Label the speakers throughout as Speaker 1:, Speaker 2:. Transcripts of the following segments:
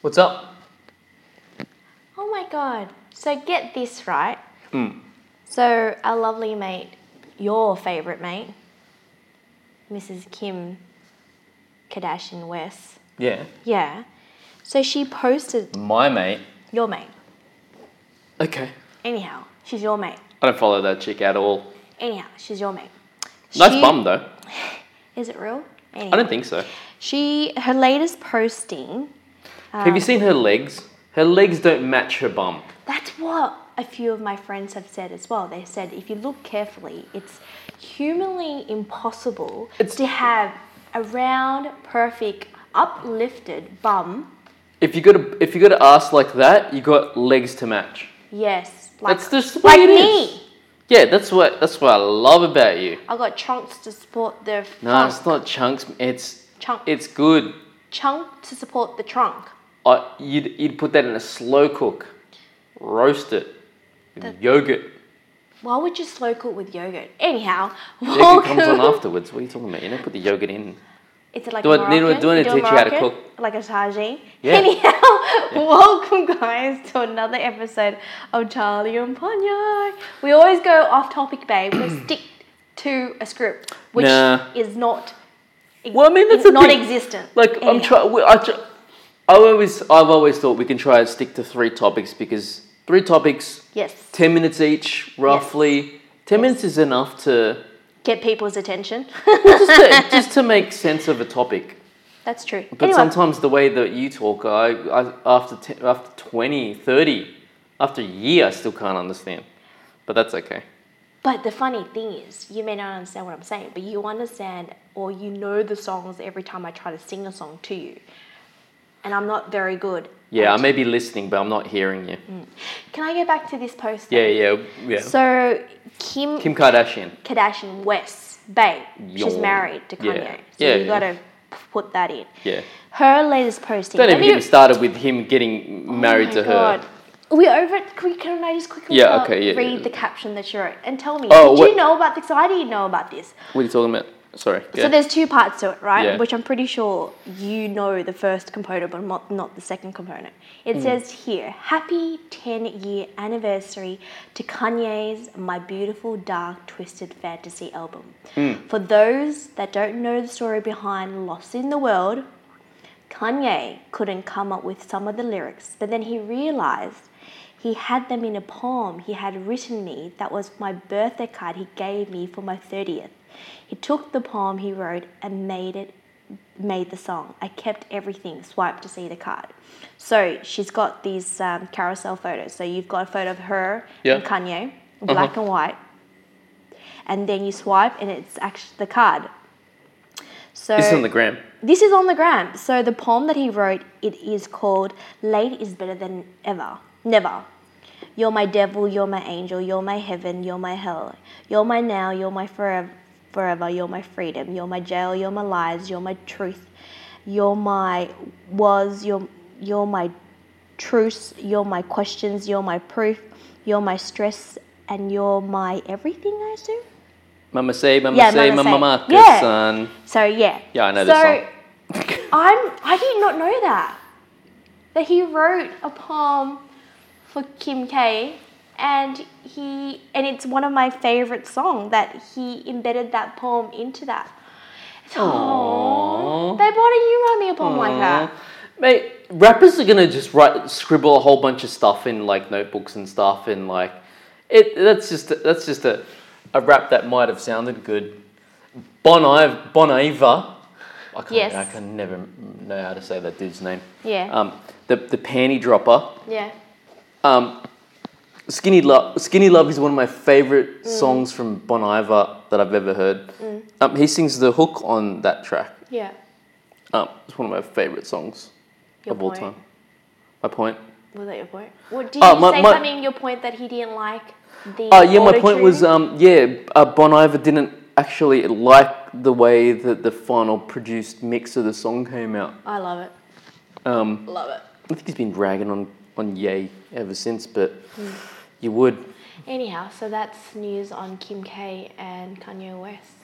Speaker 1: What's up?
Speaker 2: Oh my god. So get this right.
Speaker 1: Mm.
Speaker 2: So our lovely mate, your favorite mate, Mrs. Kim Kardashian West.
Speaker 1: Yeah.
Speaker 2: Yeah. So she posted
Speaker 1: My mate.
Speaker 2: your mate.
Speaker 1: Okay.
Speaker 2: Anyhow, she's your mate.
Speaker 1: I don't follow that chick at all.
Speaker 2: Anyhow, she's your mate.
Speaker 1: Nice
Speaker 2: She-
Speaker 1: bum though.
Speaker 2: Is it real? Anyhow.
Speaker 1: I don't think so.
Speaker 2: She her latest posting.
Speaker 1: Have you seen her legs? Her legs don't match her bum.
Speaker 2: That's what a few of my friends have said as well. They said if you look carefully, it's humanly impossible
Speaker 1: It's-
Speaker 2: to have a round, perfect, uplifted bum.
Speaker 1: If you got a if you got an ass like that, you got legs to match.
Speaker 2: Yes, like
Speaker 1: That's just the way
Speaker 2: like
Speaker 1: it
Speaker 2: me.
Speaker 1: is. Yeah, that's what that's what I love about you.
Speaker 2: I got chunks to support the
Speaker 1: No,
Speaker 2: trunk.
Speaker 1: it's not chunks. It's
Speaker 2: Chunk.
Speaker 1: it's good.
Speaker 2: chunk to support the trunk.
Speaker 1: I, you'd you'd put that in a slow cook, roast it, with yogurt.
Speaker 2: Why would you slow cook with yogurt? Anyhow,
Speaker 1: Yogurt comes on
Speaker 2: welcome-
Speaker 1: afterwards. What are you talking about? You don't put the yogurt in.
Speaker 2: Is it like
Speaker 1: Do
Speaker 2: a
Speaker 1: I- Nina,
Speaker 2: Moroccan?
Speaker 1: do I need to
Speaker 2: do a
Speaker 1: teach you how to
Speaker 2: Moroccan? Like a tagine?
Speaker 1: Yeah.
Speaker 2: Anyhow, welcome guys to another episode of Charlie and Ponyo. We always go off topic, babe. We stick to a script, which
Speaker 1: Nah.
Speaker 2: is not.
Speaker 1: Well, I mean, that's the
Speaker 2: it's not
Speaker 1: thing.
Speaker 2: existent.
Speaker 1: Like I'm
Speaker 2: Anyhow.
Speaker 1: trying. I, tr- I always I've always thought we can try and stick to three topics because three topics,
Speaker 2: Yes.
Speaker 1: ten minutes each, roughly. Ten minutes is enough to
Speaker 2: Get people's attention.
Speaker 1: just to, just to make sense of a topic.
Speaker 2: That's true.
Speaker 1: But
Speaker 2: anyway,
Speaker 1: sometimes the way that you talk, I, I after te- after 20, 30, after a year, I still can't understand. But that's okay.
Speaker 2: but the funny thing is, you may not understand what I'm saying, but you understand or you know the songs every time I try to sing a song to you. And I'm not very good.
Speaker 1: Yeah, I may be listening, but I'm not hearing you.
Speaker 2: Can I go back to this post? though?
Speaker 1: Yeah, yeah, yeah.
Speaker 2: Mm. So Kim,
Speaker 1: Kim Kardashian.
Speaker 2: Kardashian West, babe, she's
Speaker 1: Yawn.
Speaker 2: married to
Speaker 1: Yeah.
Speaker 2: Kanye. So
Speaker 1: Yeah,
Speaker 2: you
Speaker 1: yeah.
Speaker 2: gotta put that in.
Speaker 1: Yeah.
Speaker 2: Her latest posting.
Speaker 1: Don't
Speaker 2: let
Speaker 1: even
Speaker 2: me-
Speaker 1: get me started with him getting
Speaker 2: Oh
Speaker 1: married
Speaker 2: my
Speaker 1: to her.
Speaker 2: God. We over it. Can, we- can I just quickly
Speaker 1: Yeah,
Speaker 2: tell-
Speaker 1: okay, yeah,
Speaker 2: read
Speaker 1: yeah.
Speaker 2: the caption that she wrote and tell me?
Speaker 1: Oh,
Speaker 2: did
Speaker 1: what-
Speaker 2: you know about this? I didn't know about this.
Speaker 1: What are you talking about? Sorry.
Speaker 2: So
Speaker 1: yeah.
Speaker 2: there's two parts to it, right?
Speaker 1: Yeah.
Speaker 2: Which I'm pretty sure you know the first component, but not, not the second component. It
Speaker 1: Hmm.
Speaker 2: says here, happy 10 year anniversary to Kanye's My Beautiful Dark Twisted Fantasy album.
Speaker 1: Hmm.
Speaker 2: For those that don't know the story behind Lost in the World, Kanye couldn't come up with some of the lyrics, but then he realized he had them in a poem he had written me that was my birthday card he gave me for my 30th. He took the poem he wrote and made it made the song. I kept everything, swiped to see the card. So she's got these um, carousel photos. So you've got a photo of her and
Speaker 1: Yeah. Uh-huh.
Speaker 2: Kanye, black and white. And then you swipe and it's actually the card. So
Speaker 1: this is on the gram.
Speaker 2: this is on the gram. So the poem that he wrote, it is called Late is Better Than Ever. Never. You're my devil, you're my angel, you're my heaven, you're my hell. You're my now, you're my forever, forever, you're my freedom, you're my jail, you're my lies, you're my truth. You're my was, you're, you're my truce, you're my questions, you're my proof, you're my stress, and you're my everything, I assume?
Speaker 1: Mama say, mama
Speaker 2: Yeah,
Speaker 1: say,
Speaker 2: mama
Speaker 1: mama
Speaker 2: say.
Speaker 1: market,
Speaker 2: Yeah.
Speaker 1: son.
Speaker 2: So yeah.
Speaker 1: Yeah, I know
Speaker 2: so,
Speaker 1: this song.
Speaker 2: I'm I did not know that. That he wrote a poem for Kim K and he and it's one of my favorite songs that he embedded that poem into that. Oh,
Speaker 1: Aww.
Speaker 2: babe, why don't you write me a poem like that?
Speaker 1: Mate, rappers are gonna just write, scribble a whole bunch of stuff in like notebooks and stuff, and like it. That's just that's just a, a rap that might have sounded good. Bon Iv- Bon Iver. I can't,
Speaker 2: Yes.
Speaker 1: I can never know how to say that dude's name.
Speaker 2: Yeah.
Speaker 1: Um, the the panty dropper.
Speaker 2: Yeah.
Speaker 1: Um, Skinny Love. Skinny Love is one of my
Speaker 2: Mm.
Speaker 1: favorite songs from Bon Iver that I've ever heard. Um, he sings the hook on that track.
Speaker 2: Yeah.
Speaker 1: Um, it's one of my favorite songs
Speaker 2: Your
Speaker 1: of all
Speaker 2: point.
Speaker 1: time. My point.
Speaker 2: Was that your point? What did
Speaker 1: Oh,
Speaker 2: you
Speaker 1: my-
Speaker 2: say
Speaker 1: my-
Speaker 2: something your point that he didn't like the
Speaker 1: Uh, yeah, my point
Speaker 2: auto-tune?
Speaker 1: was, um, yeah, uh, Bon Iver didn't actually like the way that the final produced mix of the song came out.
Speaker 2: I love it.
Speaker 1: Um,
Speaker 2: Love it.
Speaker 1: I think he's been ragging on on Ye ever since, but
Speaker 2: Mm.
Speaker 1: you would,
Speaker 2: Anyhow, so that's news on Kim K and Kanye West.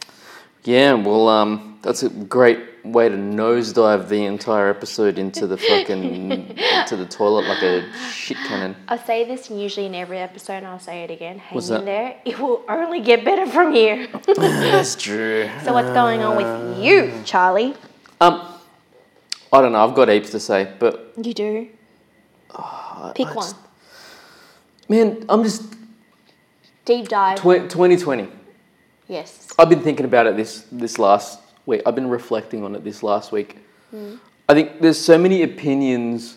Speaker 1: yeah. Well, um, that's a great way to nosedive the entire episode into the fucking to the toilet like a shit cannon.
Speaker 2: I say this usually in every episode, and I'll say it again. Hang
Speaker 1: What's that?
Speaker 2: in there. It will only get better from here.
Speaker 1: That's true.
Speaker 2: so what's going on with you,
Speaker 1: Uh,
Speaker 2: Charlie?
Speaker 1: Um, I don't know. I've got heaps to say, but
Speaker 2: You do. Pick
Speaker 1: I
Speaker 2: one.
Speaker 1: just- man, I'm just
Speaker 2: Deep dive.
Speaker 1: tw- 2020.
Speaker 2: yes.
Speaker 1: I've been thinking about it this this last week. I've been reflecting on it this last week.
Speaker 2: Hmm.
Speaker 1: I think there's so many opinions,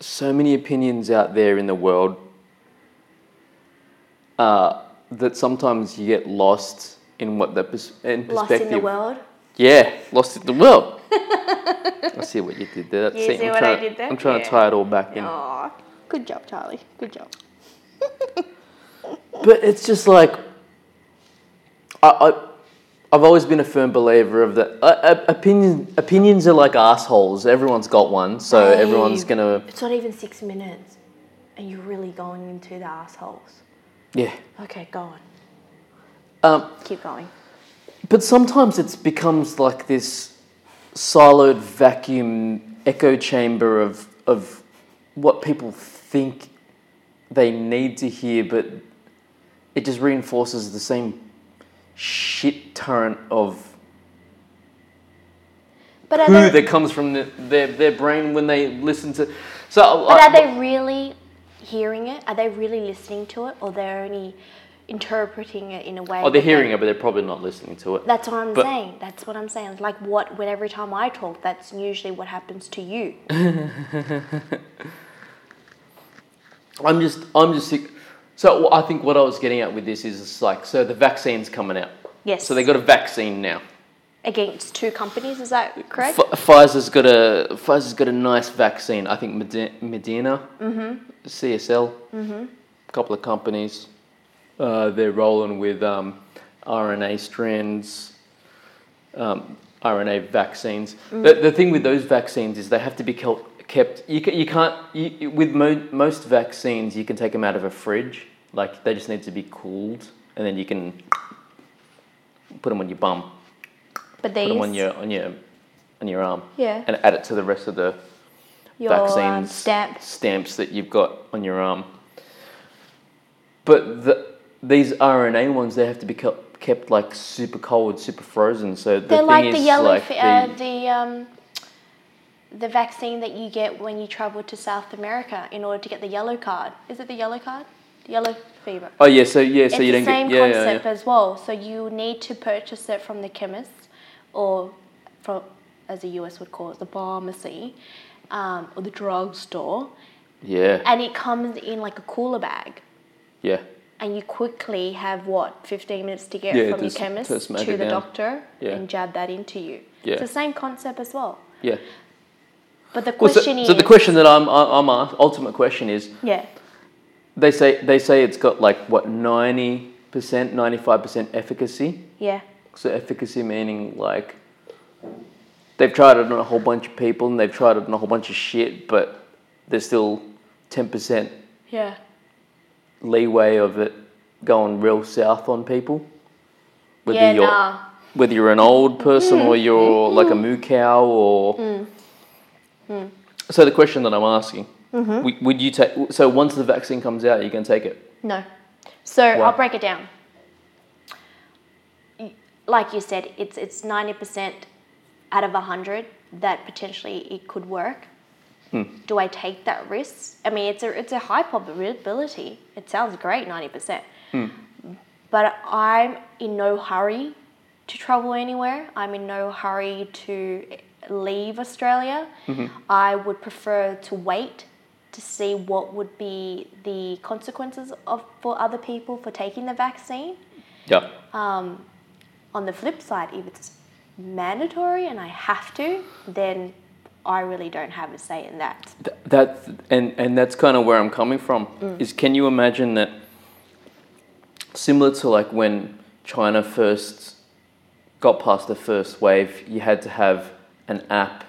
Speaker 1: so many opinions out there in the world uh, that sometimes you get lost in what the pers- in perspective.
Speaker 2: Lost in the world.
Speaker 1: Yeah, lost in the world. I see what you did there. That's
Speaker 2: You
Speaker 1: it.
Speaker 2: see
Speaker 1: I'm
Speaker 2: what I
Speaker 1: trying,
Speaker 2: did there?
Speaker 1: I'm trying
Speaker 2: Yeah.
Speaker 1: to tie it all back in.
Speaker 2: Aw, good job, Charlie. Good job.
Speaker 1: But it's just like I, I I've always been a firm believer of that. Uh, uh, opinion opinions are like assholes. Everyone's got one, so
Speaker 2: Babe.
Speaker 1: everyone's gonna
Speaker 2: It's not even six minutes, and you're really going into the assholes.
Speaker 1: yeah.
Speaker 2: Okay, go on.
Speaker 1: Um,
Speaker 2: Keep going.
Speaker 1: But sometimes it becomes like this siloed vacuum echo chamber of of what people think they need to hear, but it just reinforces the same shit torrent of
Speaker 2: But are
Speaker 1: poo
Speaker 2: they,
Speaker 1: that comes from the, their their brain when they listen to. So, uh,
Speaker 2: but
Speaker 1: I-
Speaker 2: are they really hearing it? Are they really listening to it, or they're only interpreting it in a way?
Speaker 1: oh, they're
Speaker 2: that they-
Speaker 1: hearing it, but they're probably not listening to it.
Speaker 2: That's what I'm
Speaker 1: But-
Speaker 2: saying. That's what I'm saying. Like what? When every time I talk, that's usually what happens to you.
Speaker 1: I'm just, I'm just sick. So I think what I was getting at with this is it's like, so the vaccine's coming out.
Speaker 2: Yes.
Speaker 1: So they got a vaccine now.
Speaker 2: against two companies. Is that correct?
Speaker 1: F- Pfizer's got a Pfizer's got a nice vaccine. I think Mede- Medina, CSL, a couple of companies. Uh, they're rolling with um, RNA strands, um, RNA vaccines. The, the thing with those vaccines is they have to be kel- kept. You, ca- you can't you, you- with mo- most vaccines you can take them out of a fridge. Like they just need to be cooled, and then you can put them on your bum
Speaker 2: but
Speaker 1: put
Speaker 2: these,
Speaker 1: them on your on your on your arm.
Speaker 2: Yeah.
Speaker 1: And add it to the rest of the
Speaker 2: your um,
Speaker 1: vaccines
Speaker 2: stamp.
Speaker 1: stamps that you've got on your arm. But the, these RNA ones, they have to be kept, kept like super cold, super frozen. So the
Speaker 2: They're
Speaker 1: thing
Speaker 2: like
Speaker 1: is
Speaker 2: the yellow,
Speaker 1: like
Speaker 2: fe-
Speaker 1: the-
Speaker 2: uh, the um, the vaccine that you get when you travel to South America in order to get the yellow card. Is it the yellow card? The yellow fever.
Speaker 1: oh yeah, so yeah, so
Speaker 2: it's
Speaker 1: you
Speaker 2: the
Speaker 1: don't
Speaker 2: same
Speaker 1: get yeah, yeah,
Speaker 2: concept
Speaker 1: yeah.
Speaker 2: as well. So you need to purchase it from the chemist, or from as the US would call it, the pharmacy, um, or the drugstore,
Speaker 1: yeah,
Speaker 2: and it comes in like a cooler bag.
Speaker 1: yeah,
Speaker 2: and you quickly have what 15 minutes to get
Speaker 1: Yeah,
Speaker 2: from
Speaker 1: to
Speaker 2: your
Speaker 1: s-
Speaker 2: chemist
Speaker 1: to
Speaker 2: to,
Speaker 1: smack
Speaker 2: the
Speaker 1: it down.
Speaker 2: doctor
Speaker 1: Yeah.
Speaker 2: and jab that into you
Speaker 1: Yeah.
Speaker 2: it's the same concept as well
Speaker 1: yeah.
Speaker 2: but the
Speaker 1: Well, so,
Speaker 2: question is
Speaker 1: so the question that I'm I- I'm asked, ultimate question is
Speaker 2: yeah
Speaker 1: they say they say it's got like what ninety percent, ninety five percent efficacy.
Speaker 2: yeah
Speaker 1: So efficacy meaning like they've tried it on a whole bunch of people and they've tried it on a whole bunch of shit, but there's still ten percent
Speaker 2: yeah
Speaker 1: leeway of it going real south on people. Whether
Speaker 2: yeah
Speaker 1: you're
Speaker 2: nah Mm.
Speaker 1: whether you're an old person or you're like a moo cow or
Speaker 2: Mm.
Speaker 1: so the question that I'm asking.
Speaker 2: Mm-hmm.
Speaker 1: w- Would you take so once the vaccine comes out, you're gonna take it?
Speaker 2: no so
Speaker 1: Why?
Speaker 2: i'll break it down Y- like you said it's it's 90% out of 100 that potentially it could work do i take that risk i mean it's a it's a high probability it sounds great 90% but I'm in no hurry to travel anywhere. I'm in no hurry to leave Australia.
Speaker 1: Mm-hmm.
Speaker 2: I would prefer to wait to see what would be the consequences of for other people for taking the vaccine.
Speaker 1: Yeah.
Speaker 2: On the flip side, if it's mandatory and I have to, then I really don't have a say in that.
Speaker 1: Th- that and and that's kind of where I'm coming from is can you imagine that similar to like when China first got past the first wave you had to have an app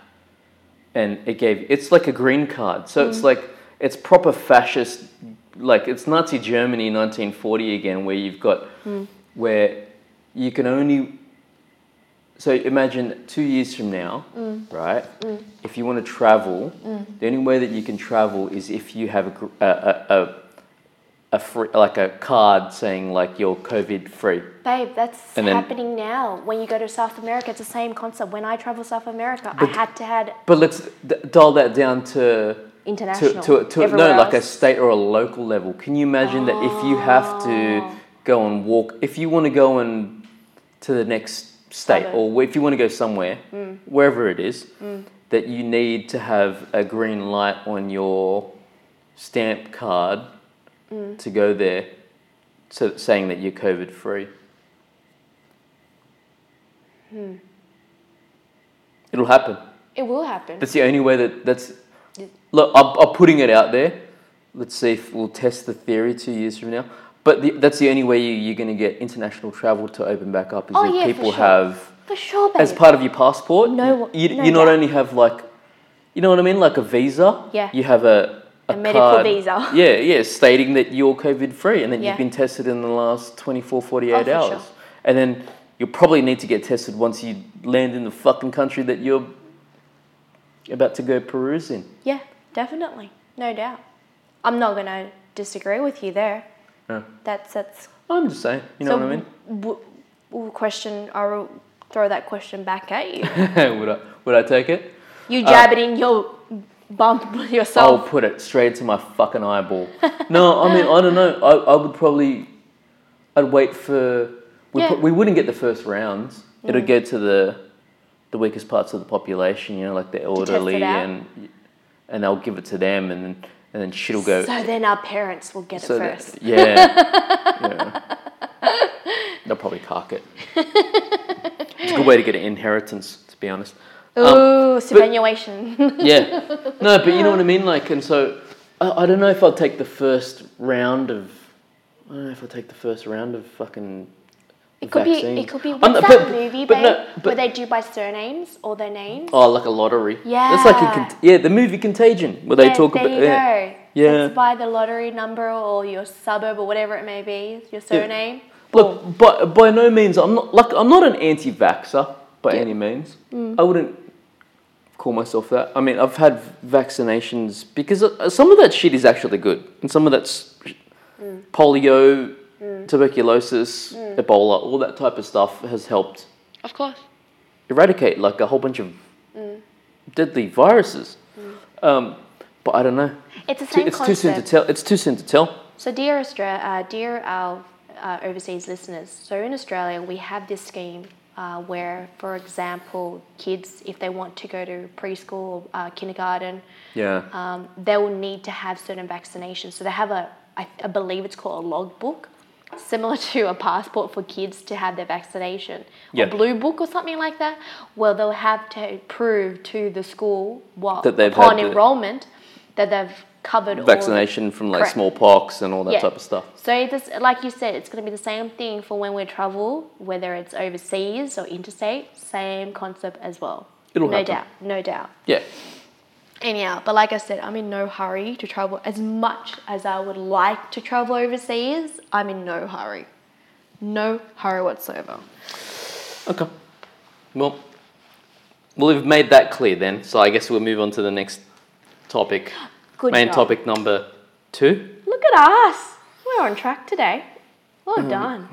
Speaker 1: and it gave it's like a green card so it's like it's proper fascist like it's Nazi Germany 1940 again where you've got where you can only so imagine two years from now, right? If you want to travel, the only way that you can travel is if you have a gr- a a, a, a free, like a card saying like you're COVID free.
Speaker 2: Babe, that's
Speaker 1: And then-
Speaker 2: happening now. When you go to South America, it's the same concept. When I travel South America, I
Speaker 1: But-
Speaker 2: had to had
Speaker 1: But let's d- dial that down to to,
Speaker 2: international.
Speaker 1: to, to no,
Speaker 2: everywhere
Speaker 1: like a
Speaker 2: else.
Speaker 1: state or a local level. Can you imagine that if you have to
Speaker 2: Oh.
Speaker 1: go and walk, if you want to go and to the next state
Speaker 2: Suburb. Mm.
Speaker 1: or if you want to go somewhere, wherever it is, that you need to have a green light on your stamp card
Speaker 2: Mm.
Speaker 1: to go there, so saying that you're COVID free.
Speaker 2: Hmm.
Speaker 1: It'll happen.
Speaker 2: It will happen.
Speaker 1: That's the only way that that's. Look, I'm, I'm putting it out there. Let's see if we'll test the theory two years from now. But the, that's the only way you, you're going to get international travel to open back up is
Speaker 2: Oh,
Speaker 1: if
Speaker 2: yeah, for
Speaker 1: people
Speaker 2: sure.
Speaker 1: have,
Speaker 2: For sure, babe.
Speaker 1: as part of your passport,
Speaker 2: No-
Speaker 1: you,
Speaker 2: no
Speaker 1: you not
Speaker 2: doubt.
Speaker 1: only have like, you know what I mean, like a visa.
Speaker 2: Yeah.
Speaker 1: You have a
Speaker 2: A medical
Speaker 1: card-
Speaker 2: visa.
Speaker 1: Yeah, yeah, stating that you're COVID free and that
Speaker 2: Yeah.
Speaker 1: you've been tested in the last 24, 48
Speaker 2: Oh, for
Speaker 1: hours.
Speaker 2: sure.
Speaker 1: And then you'll probably need to get tested once you land in the fucking country that you're about to go peruse in.
Speaker 2: yeah, definitely. No doubt. I'm not going to disagree with you there.
Speaker 1: Yeah.
Speaker 2: That's, that's
Speaker 1: I'm just saying, you know
Speaker 2: so
Speaker 1: what I mean?
Speaker 2: W- w- question, I'll throw that question back at you.
Speaker 1: would, I, would I take it?
Speaker 2: You jab it in your bump
Speaker 1: Uh, I'll
Speaker 2: yourself.
Speaker 1: put it straight into my fucking eyeball. no, I mean, I don't know. I, I would probably, I'd wait for, we,
Speaker 2: Yeah.
Speaker 1: pro- we wouldn't get the first rounds. It'll go to the, the weakest parts of the population, you know, like the
Speaker 2: test it
Speaker 1: elderly
Speaker 2: out.
Speaker 1: and, and they'll give it to them and then, and then shit'll go.
Speaker 2: So then our parents will get it
Speaker 1: that-
Speaker 2: first.
Speaker 1: yeah, yeah. They'll probably cock it. It's a good way to get an inheritance, to be honest. Um,
Speaker 2: Ooh, superannuation.
Speaker 1: Yeah. No, but you know what I mean? Like, and so I, I don't know if I'll take the first round of. I don't know if I'll take the first round of fucking.
Speaker 2: It could be.
Speaker 1: vaccines.
Speaker 2: It could be.
Speaker 1: I'm
Speaker 2: What's
Speaker 1: not-
Speaker 2: that
Speaker 1: but-
Speaker 2: movie,
Speaker 1: but
Speaker 2: babe?
Speaker 1: no,
Speaker 2: where
Speaker 1: but-
Speaker 2: they do by surnames or their names?
Speaker 1: Oh, like a lottery. That's like a.
Speaker 2: Yeah.
Speaker 1: Cont- yeah, the movie Contagion, where they
Speaker 2: Yeah,
Speaker 1: talk
Speaker 2: there
Speaker 1: about.
Speaker 2: you
Speaker 1: yeah.
Speaker 2: go.
Speaker 1: Yeah.
Speaker 2: It's by the lottery number or your suburb or whatever it may be. Your surname.
Speaker 1: Look, by, by no means, I'm not like I'm not an anti-vaxer by
Speaker 2: Yeah. Mm.
Speaker 1: any means. I wouldn't call myself that. I mean, I've had vaccinations because uh, some of that shit is actually good, and some of that's
Speaker 2: Mm.
Speaker 1: polio, tuberculosis, Ebola, all that type of stuff has helped
Speaker 2: Of course.
Speaker 1: eradicate like a whole bunch of
Speaker 2: Mm.
Speaker 1: deadly viruses. Um, but I don't know.
Speaker 2: It's the
Speaker 1: Too-
Speaker 2: Mm. same
Speaker 1: It's too
Speaker 2: concept.
Speaker 1: soon to tell. It's too soon to tell.
Speaker 2: So, dear Australia, uh, dear our uh, overseas listeners, so in Australia we have this scheme uh, where, for example, kids, if they want to go to preschool or uh, kindergarten,
Speaker 1: Yeah.
Speaker 2: um, they will need to have certain vaccinations. So they have a, I, I believe it's called a logbook, similar to a passport for kids to have their vaccination,
Speaker 1: Yeah.
Speaker 2: or blue book or something like that. Well, they'll have to prove to the school what
Speaker 1: That they've
Speaker 2: upon
Speaker 1: had the-
Speaker 2: enrollment that they've covered all the-
Speaker 1: Vaccination from like
Speaker 2: Correct.
Speaker 1: smallpox and all that
Speaker 2: Yeah.
Speaker 1: type of stuff.
Speaker 2: So it's like you said, it's going to be the same thing for when we travel, whether it's overseas or interstate. Same concept as well.
Speaker 1: It'll
Speaker 2: no
Speaker 1: happen.
Speaker 2: doubt, no doubt.
Speaker 1: Yeah.
Speaker 2: Anyhow, but like I said, I'm in no hurry to travel. As much as I would like to travel overseas, I'm in no hurry, no hurry whatsoever.
Speaker 1: Okay. Well, well, we've made that clear then. So I guess we'll move on to the next topic.
Speaker 2: Good
Speaker 1: Main
Speaker 2: job.
Speaker 1: topic number two.
Speaker 2: Look at us, we're on track today. Well
Speaker 1: Mm-hmm.
Speaker 2: done.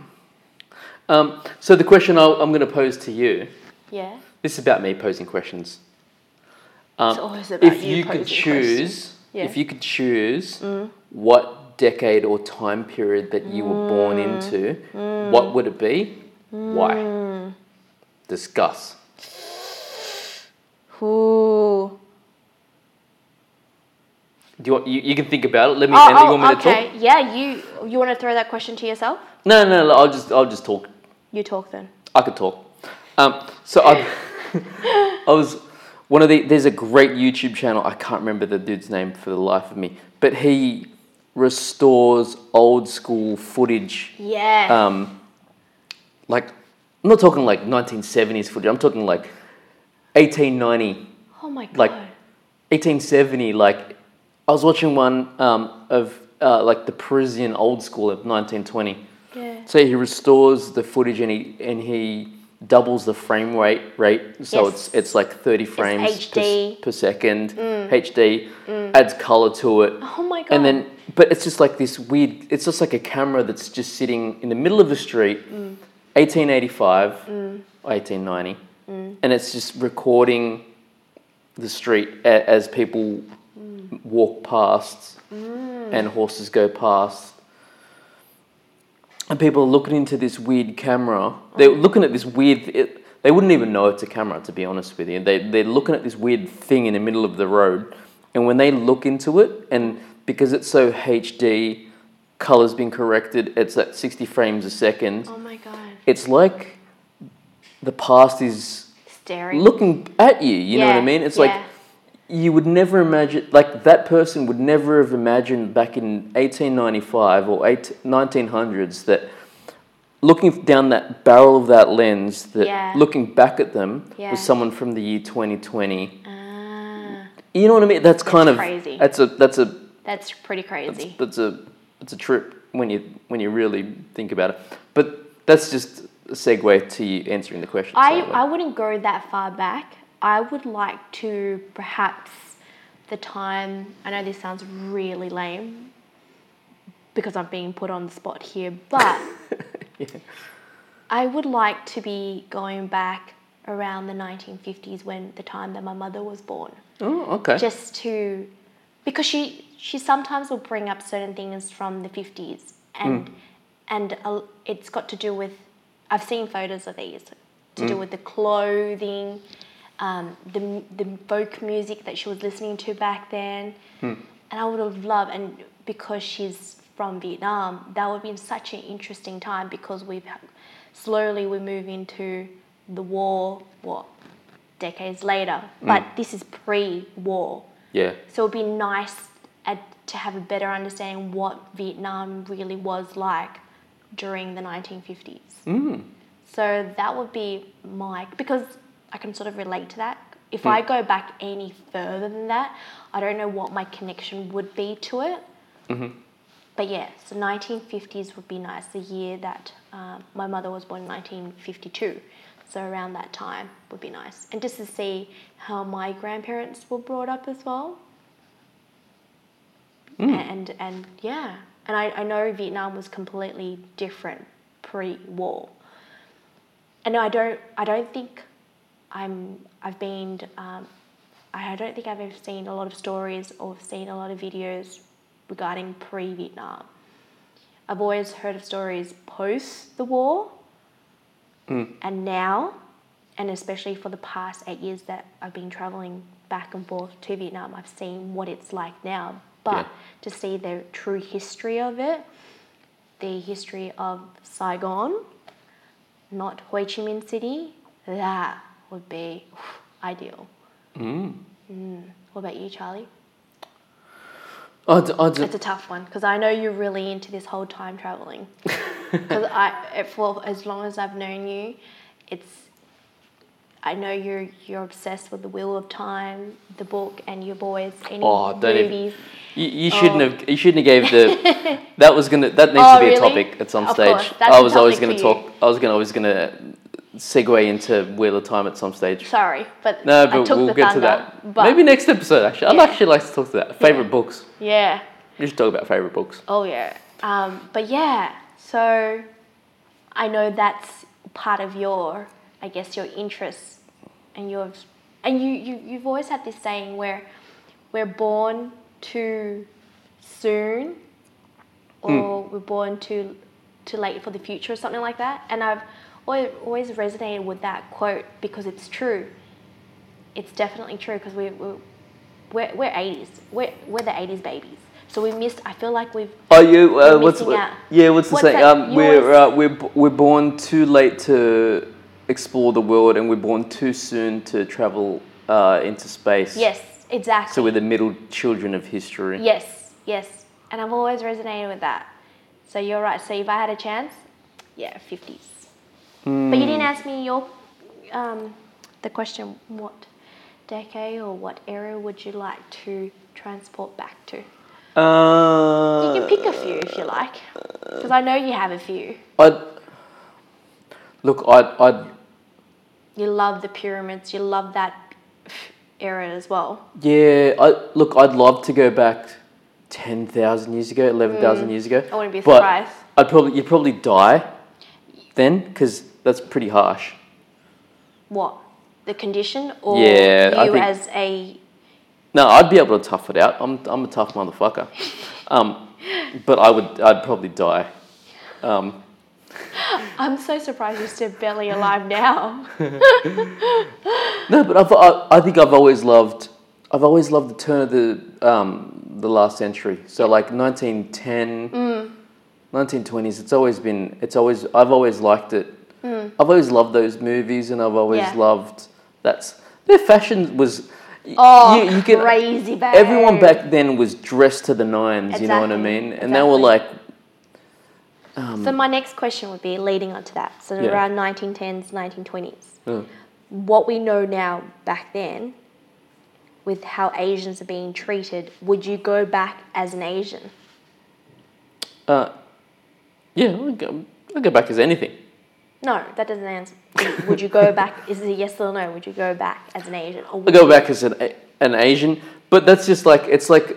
Speaker 1: Um, so the question i I'm going to pose to you.
Speaker 2: Yeah,
Speaker 1: This is about me posing questions. Um,
Speaker 2: it's always about
Speaker 1: if
Speaker 2: you.
Speaker 1: you, could
Speaker 2: posing questions.
Speaker 1: choose,
Speaker 2: Yeah. Mm.
Speaker 1: if you could choose, what decade or time period that you were born
Speaker 2: Mm.
Speaker 1: into, what would it be? Why?
Speaker 2: Mm.
Speaker 1: Discuss.
Speaker 2: Ooh.
Speaker 1: Do you, want, you, you can think about it. Let me.
Speaker 2: Oh,
Speaker 1: and you
Speaker 2: oh,
Speaker 1: want me to talk?
Speaker 2: okay. Yeah, you you want to throw that question to yourself?
Speaker 1: No, no, no. I'll just, I'll just talk.
Speaker 2: You talk then.
Speaker 1: I could talk. Um, so I, I was one of the. There's a great YouTube channel. I can't remember the dude's name for the life of me, but he restores old school footage.
Speaker 2: Yeah.
Speaker 1: Um, like, I'm not talking like 1970s footage. I'm talking like 1890
Speaker 2: oh my god.
Speaker 1: like 1870 like i was watching one um, of uh, like the parisian old school of 1920
Speaker 2: Yeah.
Speaker 1: so he restores the footage and he and he doubles the frame rate rate, so
Speaker 2: Yes.
Speaker 1: it's it's like thirty frames per, s-
Speaker 2: HD.
Speaker 1: per second, HD, adds color to it.
Speaker 2: Mm. Oh my god.
Speaker 1: And then, but it's just like this weird. It's just like a camera that's just sitting in the middle of the street,
Speaker 2: Mm.
Speaker 1: 1885, 1890,
Speaker 2: Mm.
Speaker 1: and it's just recording the street a, as people walk past
Speaker 2: Mm.
Speaker 1: and horses go past. And people are looking into this weird camera.
Speaker 2: Oh.
Speaker 1: They're looking at this weird. It, they wouldn't even know it's a camera, to be honest with you. They, they're looking at this weird thing in the middle of the road. And when they look into it, and because it's so HD, color's been corrected, it's at 60 frames a second.
Speaker 2: oh my god.
Speaker 1: It's like the past is
Speaker 2: Staring.
Speaker 1: looking at you. You know what I
Speaker 2: Yeah,
Speaker 1: mean? It's
Speaker 2: yeah.
Speaker 1: like you would never imagine, like that person would never have imagined back in 1895 or eight, 1900s that looking down that barrel of that lens, that
Speaker 2: Yeah.
Speaker 1: looking back at them
Speaker 2: Yeah.
Speaker 1: was someone from the year 2020.
Speaker 2: Ah,
Speaker 1: You know what I mean? That's kind of
Speaker 2: crazy.
Speaker 1: That's a that's a
Speaker 2: that's pretty crazy.
Speaker 1: that's a it's a trip when you when you really think about it. But that's just a segue to you answering the question.
Speaker 2: I,
Speaker 1: so, uh,
Speaker 2: I wouldn't go that far back. I would like to perhaps the time, I know this sounds really lame because I'm being put on the spot here, but I would like to be going back around the 1950s when the time that my mother was born
Speaker 1: oh, okay.
Speaker 2: just to because she she sometimes will bring up certain things from the 50s and and a- it's got to do with i've seen photos of these to do with the clothing um, the, m- the folk music that she was listening to back then and i would have loved and because she's from vietnam that would have been such an interesting time because we've ha- slowly we move into the war what decades later but this is pre-war
Speaker 1: yeah.
Speaker 2: so it'd be nice at, to have a better understanding what Vietnam really was like during the 1950s. So that would be my because I can sort of relate to that. If I go back any further than that, I don't know what my connection would be to it. But yeah, so 1950s would be nice. The year that um, my mother was born, 1952. So around that time would be nice, and just to see how my grandparents were brought up as well. And and yeah, and I, I know Vietnam was completely different pre-war. And I don't I don't think I'm I've been um, I don't think I've ever seen a lot of stories or seen a lot of videos regarding pre-Vietnam. I've always heard of stories post the war and now, and especially for the past eight years that I've been traveling back and forth to Vietnam, I've seen what it's like now. But to see the true history of it, the history of Saigon, not Ho Chi Minh City, that would be ideal. Mm. What about you, Charlie?
Speaker 1: I, d- I d-
Speaker 2: It's a tough one because I know you're really into this whole time traveling. Because I, it- for as long as I've known you, it's, I know you're you're obsessed with the Wheel of Time, the book, and your boys, any
Speaker 1: Oh, don't even-
Speaker 2: movies.
Speaker 1: You, you shouldn't have. You shouldn't have gave the. that was gonna. That needs
Speaker 2: Oh,
Speaker 1: to be a
Speaker 2: really?
Speaker 1: topic at some
Speaker 2: Of
Speaker 1: stage.
Speaker 2: course, that's
Speaker 1: I
Speaker 2: a
Speaker 1: was always
Speaker 2: topic
Speaker 1: gonna
Speaker 2: for you.
Speaker 1: talk. I was gonna always gonna segue into Wheel of Time at some stage.
Speaker 2: Sorry, but
Speaker 1: No,
Speaker 2: I
Speaker 1: but
Speaker 2: took
Speaker 1: we'll
Speaker 2: the
Speaker 1: get
Speaker 2: thunder.
Speaker 1: to that.
Speaker 2: But
Speaker 1: Maybe next episode. Actually,
Speaker 2: Yeah.
Speaker 1: I'd actually like to talk to that. Favorite books.
Speaker 2: yeah,
Speaker 1: We should talk about favorite books.
Speaker 2: oh yeah. Um, but yeah, so I know that's part of your, I guess, your interests and your, and you, you you've always had this saying where we're born too soon, or we're born too too late for the future, or something like that. And I've always, always resonated with that quote because it's true. It's definitely true because we we we're, we're 80s. We're, we're the 80s babies. So we missed. I feel like we've
Speaker 1: Oh, you. Uh,
Speaker 2: You're
Speaker 1: what's
Speaker 2: missing
Speaker 1: what,
Speaker 2: out.
Speaker 1: yeah? What's the
Speaker 2: What's
Speaker 1: saying?
Speaker 2: that?
Speaker 1: Um,
Speaker 2: You
Speaker 1: we're uh,
Speaker 2: always-
Speaker 1: we're b- we're born too late to explore the world, and we're born too soon to travel uh, into space.
Speaker 2: yes, exactly.
Speaker 1: So we're the middle children of history.
Speaker 2: Yes, yes. And I've always resonated with that. So you're right. So if I had a chance, yeah, 50s. But you
Speaker 1: Hmm.
Speaker 2: didn't ask me your um, the question what decade or what era would you like to transport back to? You
Speaker 1: Uh,
Speaker 2: can pick a few if you like, because I know you have a few.
Speaker 1: I'd, look, I'd, I'd,
Speaker 2: you love the pyramids, you love that era as well.
Speaker 1: Yeah, I look. I'd love to go back ten thousand years ago, eleven thousand years ago.
Speaker 2: Mm. I wouldn't be
Speaker 1: but
Speaker 2: surprised.
Speaker 1: I'd probably you'd probably die then because that's pretty harsh.
Speaker 2: What? The condition or
Speaker 1: Yeah, I
Speaker 2: you
Speaker 1: think-
Speaker 2: as a
Speaker 1: No, I'd be able to tough it out. I'm I'm a tough motherfucker. Um, but I would I'd probably die. Um,
Speaker 2: I'm so surprised you're still barely alive now.
Speaker 1: no, but I've, I I think I've always loved I've always loved the turn of the um, the last century. So like 1910,
Speaker 2: Hmm.
Speaker 1: 1920s. It's always been it's always I've always liked it. I've always loved those movies, and I've always
Speaker 2: Hmm. Yeah.
Speaker 1: loved that's their fashion was. y-
Speaker 2: Oh,
Speaker 1: you- you can-
Speaker 2: crazy bad.
Speaker 1: Everyone back then was dressed to the nines, you know what I
Speaker 2: Exactly,
Speaker 1: mean? And they were
Speaker 2: exactly.
Speaker 1: like,
Speaker 2: So my next question would be leading up to that. So
Speaker 1: Um, Yeah.
Speaker 2: around 1910s, 1920s.
Speaker 1: "Ugh."
Speaker 2: What we know now back then with how Asians are being treated, would you go back as an Asian?
Speaker 1: Uh, yeah, I'll go, I'll go back as anything.
Speaker 2: No, that doesn't answer. Would you go back? Is it a yes or no? Would you go back as an Asian? Or
Speaker 1: I'll
Speaker 2: would
Speaker 1: go back as an, A- an Asian, but that's just like, it's like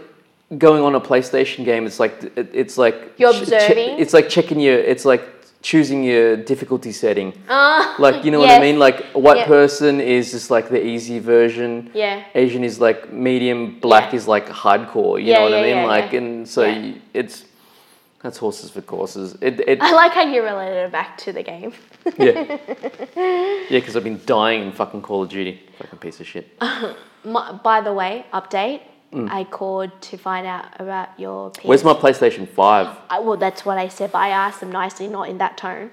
Speaker 1: going on a PlayStation game. It's like, it, it's like,
Speaker 2: You're
Speaker 1: che- che-
Speaker 2: observing?
Speaker 1: it's like checking your, it's like choosing your difficulty setting.
Speaker 2: Ah,
Speaker 1: Like, you know what I
Speaker 2: yes.
Speaker 1: mean? Like, a white
Speaker 2: Yep.
Speaker 1: person is just like the easy version.
Speaker 2: Yeah.
Speaker 1: Asian is like medium, black
Speaker 2: Yeah.
Speaker 1: is like hardcore. You
Speaker 2: Yeah,
Speaker 1: know what I
Speaker 2: yeah,
Speaker 1: mean?
Speaker 2: yeah,
Speaker 1: like,
Speaker 2: yeah.
Speaker 1: and so
Speaker 2: Yeah.
Speaker 1: you- it's, that's horses for courses. It, it,
Speaker 2: I like how you related it back to the game.
Speaker 1: yeah. Yeah, because I've been dying in fucking Call of Duty. Fucking piece of shit.
Speaker 2: My, by the way, update. I called to find out about your. PS.
Speaker 1: Mm. Where's my PlayStation 5?
Speaker 2: I, well, that's what I said, but I asked them nicely, not in that tone.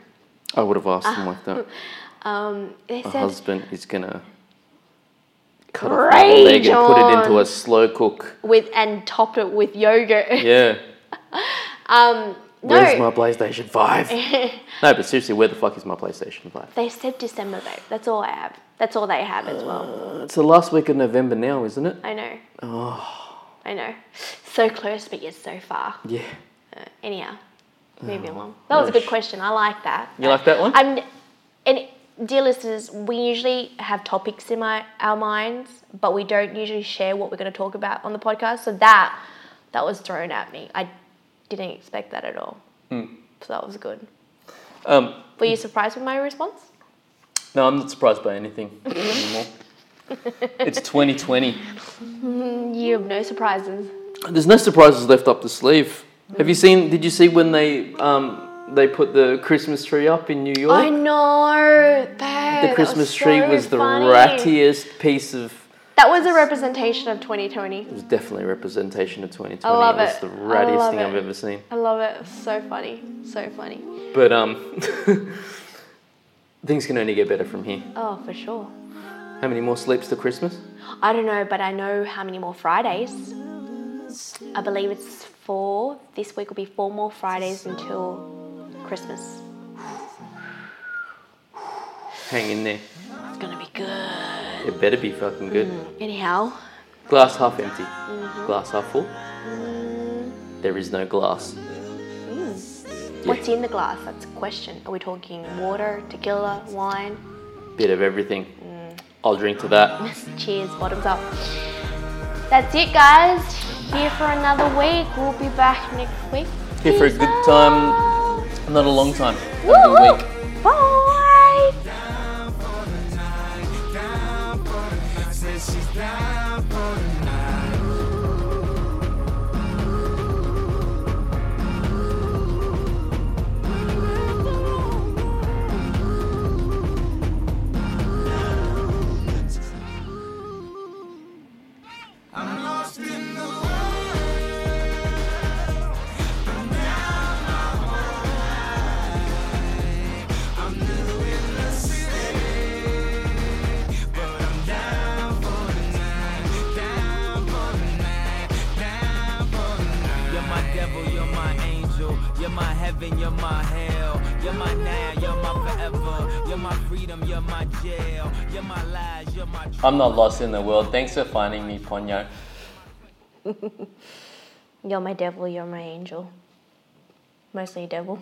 Speaker 1: I would have asked
Speaker 2: Ah,
Speaker 1: him like that.
Speaker 2: Um, they
Speaker 1: The
Speaker 2: said,
Speaker 1: husband is gonna cut off my leg and put it into a
Speaker 2: Rage
Speaker 1: slow cook.
Speaker 2: with and topped it with yogurt.
Speaker 1: Yeah.
Speaker 2: Um, no,
Speaker 1: Where's my PlayStation 5? no, but seriously, where the fuck is my PlayStation 5?
Speaker 2: they said December though. That's all I have. That's all they have as well.
Speaker 1: Uh, It's the last week of November now, isn't it?
Speaker 2: I know. Oh. I know. So close, but yet so far.
Speaker 1: Yeah.
Speaker 2: Uh, anyhow, moving along. That was a good
Speaker 1: Oh, gosh.
Speaker 2: question. I like that.
Speaker 1: You like that one?
Speaker 2: I'm, and dear listeners, we usually have topics in my, our minds, but we don't usually share what we're going to talk about on the podcast. So that that was thrown at me. I didn't expect that at all.
Speaker 1: Hmm.
Speaker 2: So that was good.
Speaker 1: Um,
Speaker 2: Were you surprised with my response?
Speaker 1: no, I'm not surprised by anything anymore. it's 2020.
Speaker 2: You have no surprises.
Speaker 1: There's no surprises left up the sleeve. Have you seen? Did you see when they um, they put the Christmas tree up in New York?
Speaker 2: I know, babe.
Speaker 1: the
Speaker 2: that
Speaker 1: Christmas
Speaker 2: was
Speaker 1: tree
Speaker 2: so
Speaker 1: was the
Speaker 2: funny.
Speaker 1: rattiest piece of.
Speaker 2: That was a representation of 2020.
Speaker 1: It was definitely a representation of 2020.
Speaker 2: I love
Speaker 1: it was
Speaker 2: it.
Speaker 1: the
Speaker 2: I
Speaker 1: rattiest
Speaker 2: love
Speaker 1: thing I've
Speaker 2: it.
Speaker 1: ever seen.
Speaker 2: I love it. So funny. So funny.
Speaker 1: But um, things can only get better from here.
Speaker 2: Oh, for sure.
Speaker 1: How many more sleeps to Christmas?
Speaker 2: I don't know, but I know how many more Fridays. I believe it's four. This week will be four more Fridays until Christmas.
Speaker 1: Hang in there.
Speaker 2: It's gonna be good.
Speaker 1: It better be fucking good.
Speaker 2: Mm. Anyhow,
Speaker 1: Glass half empty.
Speaker 2: Mm-hmm.
Speaker 1: Glass half full.
Speaker 2: Mm.
Speaker 1: There is no glass.
Speaker 2: what's in the glass? That's a question. Are we talking water, tequila, wine?
Speaker 1: Bit of everything.
Speaker 2: Mm.
Speaker 1: I'll drink to that.
Speaker 2: Cheers, bottoms up. That's it, guys. Here for another week. We'll be back next week.
Speaker 1: Here for a
Speaker 2: Peace
Speaker 1: good time.
Speaker 2: out.
Speaker 1: Not a long time. Have a good
Speaker 2: Woo!
Speaker 1: week.
Speaker 2: Bye.
Speaker 3: I'm lost in the world.
Speaker 4: You're my devil, you're my angel. You're my heaven, you're my hell. You're my now, you're my forever. You're my freedom, you're my jail. You're my lies, you're my
Speaker 1: I'm not lost in the world. Thanks for finding me, Ponyo.
Speaker 2: You're my devil, you're my angel. Mostly devil.